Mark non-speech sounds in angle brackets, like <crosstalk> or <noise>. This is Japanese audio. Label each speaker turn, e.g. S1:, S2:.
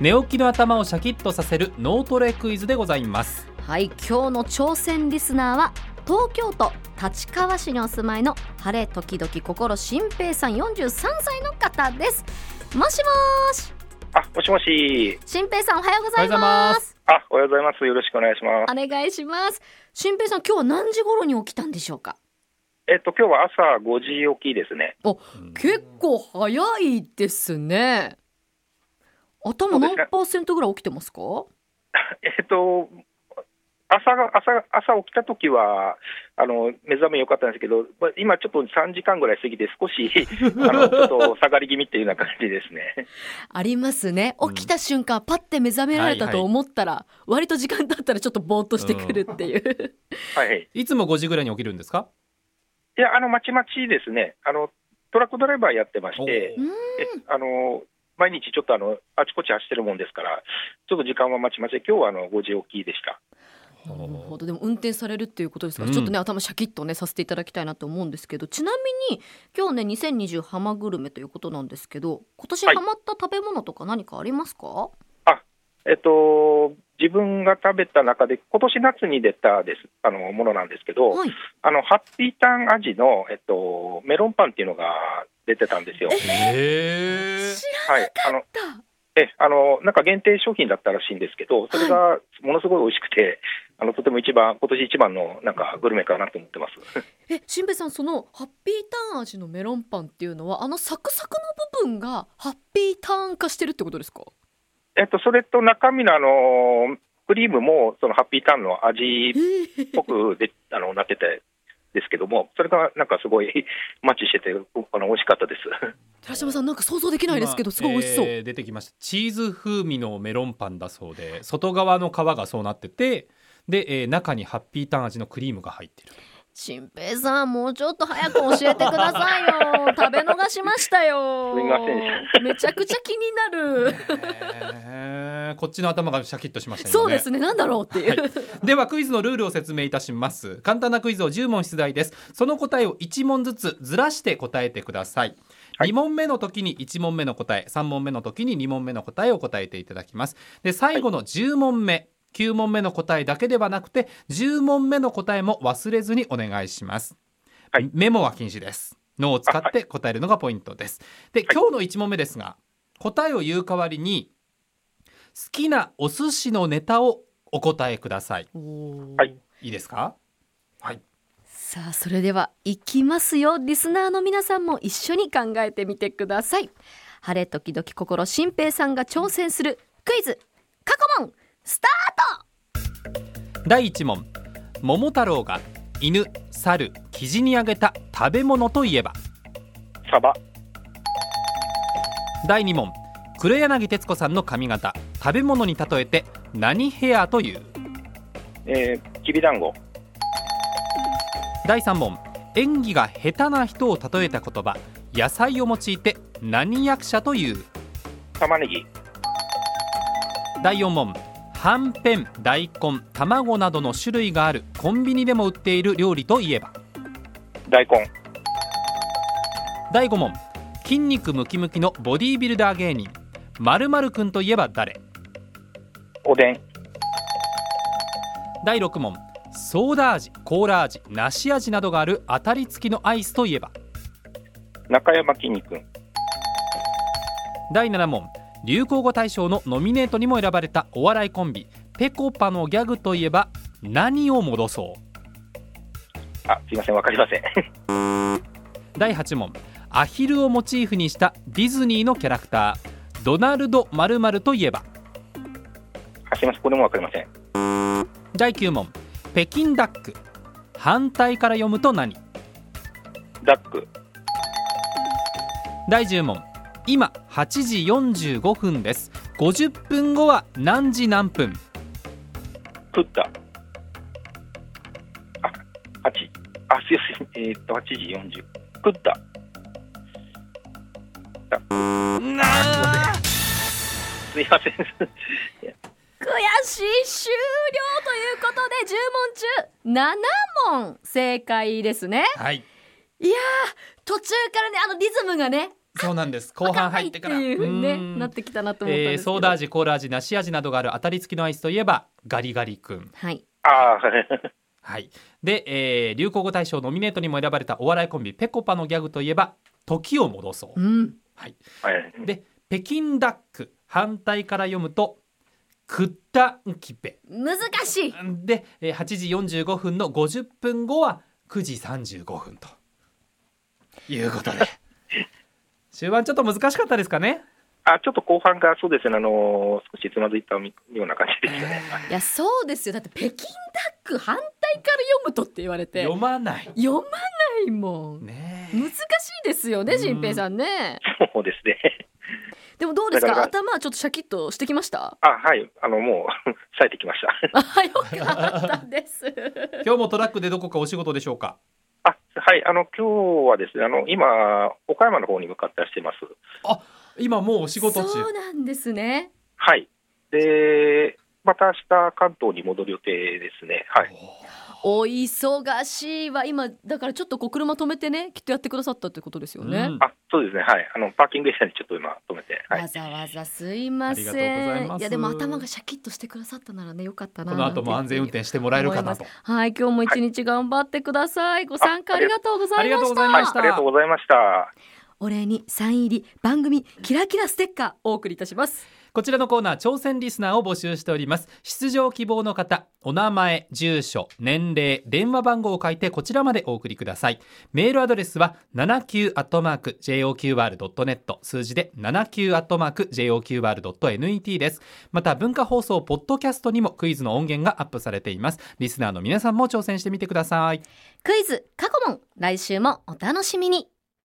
S1: 寝起きの頭をシャキッとさせる脳トレクイズでございます
S2: はい今日の挑戦リスナーは東京都立川市にお住まいの晴れ時々心新平さん43歳の方ですもしもーし
S3: あ、もしもし。
S2: 新平さんおはようござい
S1: おはようござい
S2: ま
S1: ます
S3: あ、おはようございます。よろしくお願いします。
S2: お願いします新平さん今日は何時頃に起きたんでしょうか
S3: えっと、今日は朝5時起きですね。 <laughs>
S2: お、結構早いですね頭何パーセントぐらい起きてますか
S3: えっと、朝が、朝、朝起きた時は、あの、目覚め良かったんですけど、ま今ちょっと3時間ぐらい過ぎて少し、あの、ちょっと下がり気味っていうような感じですね。
S2: ありますね
S1: うん
S2: 起きた瞬間、パッて目覚められた
S1: はい
S2: と
S1: はい
S2: 思ったら、割と時間経ったらちょっとぼーっとしてくるっていう、
S3: はい。
S1: いつも5時ぐらいに起きるんですか
S3: いや、あの、まちまちですね。あの、トラックドライバーやってまして、
S1: おー
S3: えあの、毎日ちょっとあの、あちこち走ってるもんですから、ちょっと時間はまちまちで、今日はあの、5時起きでした。
S1: おー
S2: なるほどでも運転されるっていうことですから、
S1: うん
S2: ちょっとね頭シャキッとねさせていただきたいなと思うんですけどちなみに今日ね2020浜グルメということなんですけど今年
S3: はい
S2: ハマった食べ物とか何かありますか、
S3: えっと、自分が食べた中で、今年夏に出たですあのものなんですけど、
S2: はい
S3: あのハッピーターン味の、えっと、メロンパンっていうのが出てたんですよ。
S1: へ
S2: 知
S3: はい、あの
S2: らなかっ
S3: えあのなんか限定商品だったらしいんですけど、それがものすごい美味しくて、あのとても一番、今年一番のなんかグルメかなと思ってます。
S2: たえ新平さんそのハッピーターン味のメロンパンっていうのはあのサクサクの部分がハッピーターン化してるってことですか
S3: えっと、それと中身のあのクリームも、そのハッピーターンの味っ
S2: え
S3: ぽくであのなってて。ですけども、それがなんかすごい <laughs> マッチしてて、あの美味しかったです。
S2: 寺島さんなんか想像でき
S1: ー
S2: ないですけどすごい美味しそう、
S1: 今えー出てきましたチーズ風味のメロンパンだそうで外側の皮がそうなっててで、えー中にハッピーターン味のクリームが入ってる
S2: 新平さんもうちょっと早く教えてください <laughs> よ食べ逃しましたよ
S3: すみませんでし
S2: めちゃくちゃ気になる
S1: へー <laughs> こっちの頭がシャキッとしました
S2: <laughs>
S1: ね
S2: そうですねなんだろうっていう、
S1: ではクイズのルールを説明いたします簡単なクイズを10問出題ですその答えを1問ずつずらして答えてください、
S3: はい
S1: 2問目の時に1問目の答え3問目の時に2問目の答えを答えていただきますで最後の10問目、9問目の答えだけではなくて10問目の答えも忘れずにお願いします、
S3: はい
S1: メモは禁止です脳を使って答えるのがポイントですで今日の1問目ですが答えを言う代わりに好きなお寿司のネタをお答えください
S2: おー
S3: はい
S1: いいですか
S2: さあそれでは行きますよリスナーの皆さんも一緒に考えてみてください晴れ時々心新平さんが挑戦するクイズ過去問スタ
S1: 第1問桃太郎が犬猿キジにあげた食べ物といえば
S3: サバ、
S1: 第2問黒柳徹子さんの髪型食べ物に例えて何ヘアという
S3: えー、きびだんご、
S1: 第3問演技が下手な人を例えた言葉野菜を用いて何役者という
S3: 玉ねぎ、
S1: 第4問はんぺん大根卵などの種類があるコンビニでも売っている料理といえば
S3: 大根、
S1: 第5問筋肉ムキムキのボディービルダー芸人まるまるくんといえば誰
S3: おでん、
S1: 第6問ソーダ味コーラ味梨味などがある当たり付きのアイスといえば
S3: 中山きんに君、
S1: 第7問流行語大賞のノミネートにも選ばれたお笑いコンビぺこぱのギャグといえば何を戻そう
S3: あ、すいません、わかりません。 <laughs>
S1: 第8問アヒルをモチーフにしたディズニーのキャラクタードナルド〇〇といえば
S3: あすいません、これもわかりません。
S1: 第9問北京ダック反対から読むと何
S3: ダック、
S1: 第10問今8時45分です50分後は何時何分
S3: 食った。あ、八、あ、すいません、えーっと、八時四十。食った。
S1: な
S3: すいませ
S2: ー
S3: ん。
S2: ト悔しい終了ということで10問中7問正解ですね
S1: はい
S2: いやー途中からねあのリズムがね
S1: そうなんです後半入ってから
S2: っていうね
S1: うん
S2: なってきたなと思ったん
S1: え
S2: で
S1: ー
S2: すけど、
S1: ソーダ味コーラ味梨味などがある当たり付きのアイスといえばガリガリ君
S2: はい
S3: ああー、 <laughs>
S1: はいで、えー流行語大賞ノミネートにも選ばれたお笑いコンビぺこぱのギャグといえば時を戻そうう、
S2: ん
S1: はい、
S3: はい、
S1: で北京ダック反対から読むとクッタンキペ
S2: 難しい
S1: でえー8時45分の50分後は9時35分というこ
S2: <laughs>
S1: とで終盤ちょっと難しかったですかね
S3: あちょっと後半がそうですね、あの少しつまずいたみような感じでしたね。
S2: いやそうですよだって北京ダック反対から読むとって言われて
S1: 読まない
S2: 読まないもん
S1: ねえ
S2: 難しいですよね
S1: うん
S2: 新平さんね
S3: そうですね。
S2: でもどうですか
S3: だから
S2: 頭はちょっとシャキッとしてきま
S3: <laughs>
S2: した
S3: あはい、あのもう <laughs> 冴えてきました。
S2: あよかったです
S1: 今日もトラックでどこかお仕事でしょうか
S3: あはい、あの今日はですね、あの今岡山の方に向かってしてます。
S1: 今もうお仕事中
S2: そうなんですね
S3: はい。で、また明日関東に戻る予定ですね。はい。
S2: お忙しいわ今だからちょっとこう車止めてねきっとやってくださったってことですよね、
S1: うん
S3: あそうですね。はい。あのパーキングエリアにちょっと今止めて。はい
S2: わ。ざわざすいません
S1: ありがとうございます
S2: やでも頭がシャキッとしてくださったならねよかったな
S1: この後も安全運転してもらえるかなと
S2: はい今日も一日頑張ってください、ご参加あ
S3: あ
S2: りがとうございま
S1: ありがとう
S2: し
S1: ございましたた
S3: ありがとうございました。
S2: お礼にサイン入り番組キラキラステッカーお送りいたします
S1: こちらのコーナー挑戦リスナーを募集しております出場希望の方お名前住所年齢電話番号を書いてこちらまでお送りくださいメールアドレスは 79-joqr.net 数字で 79-joqr.net ですまた文化放送ポッドキャストにもクイズの音源がアップされていますリスナーの皆さんも挑戦してみてください
S2: クイズ過去問来週もお楽しみに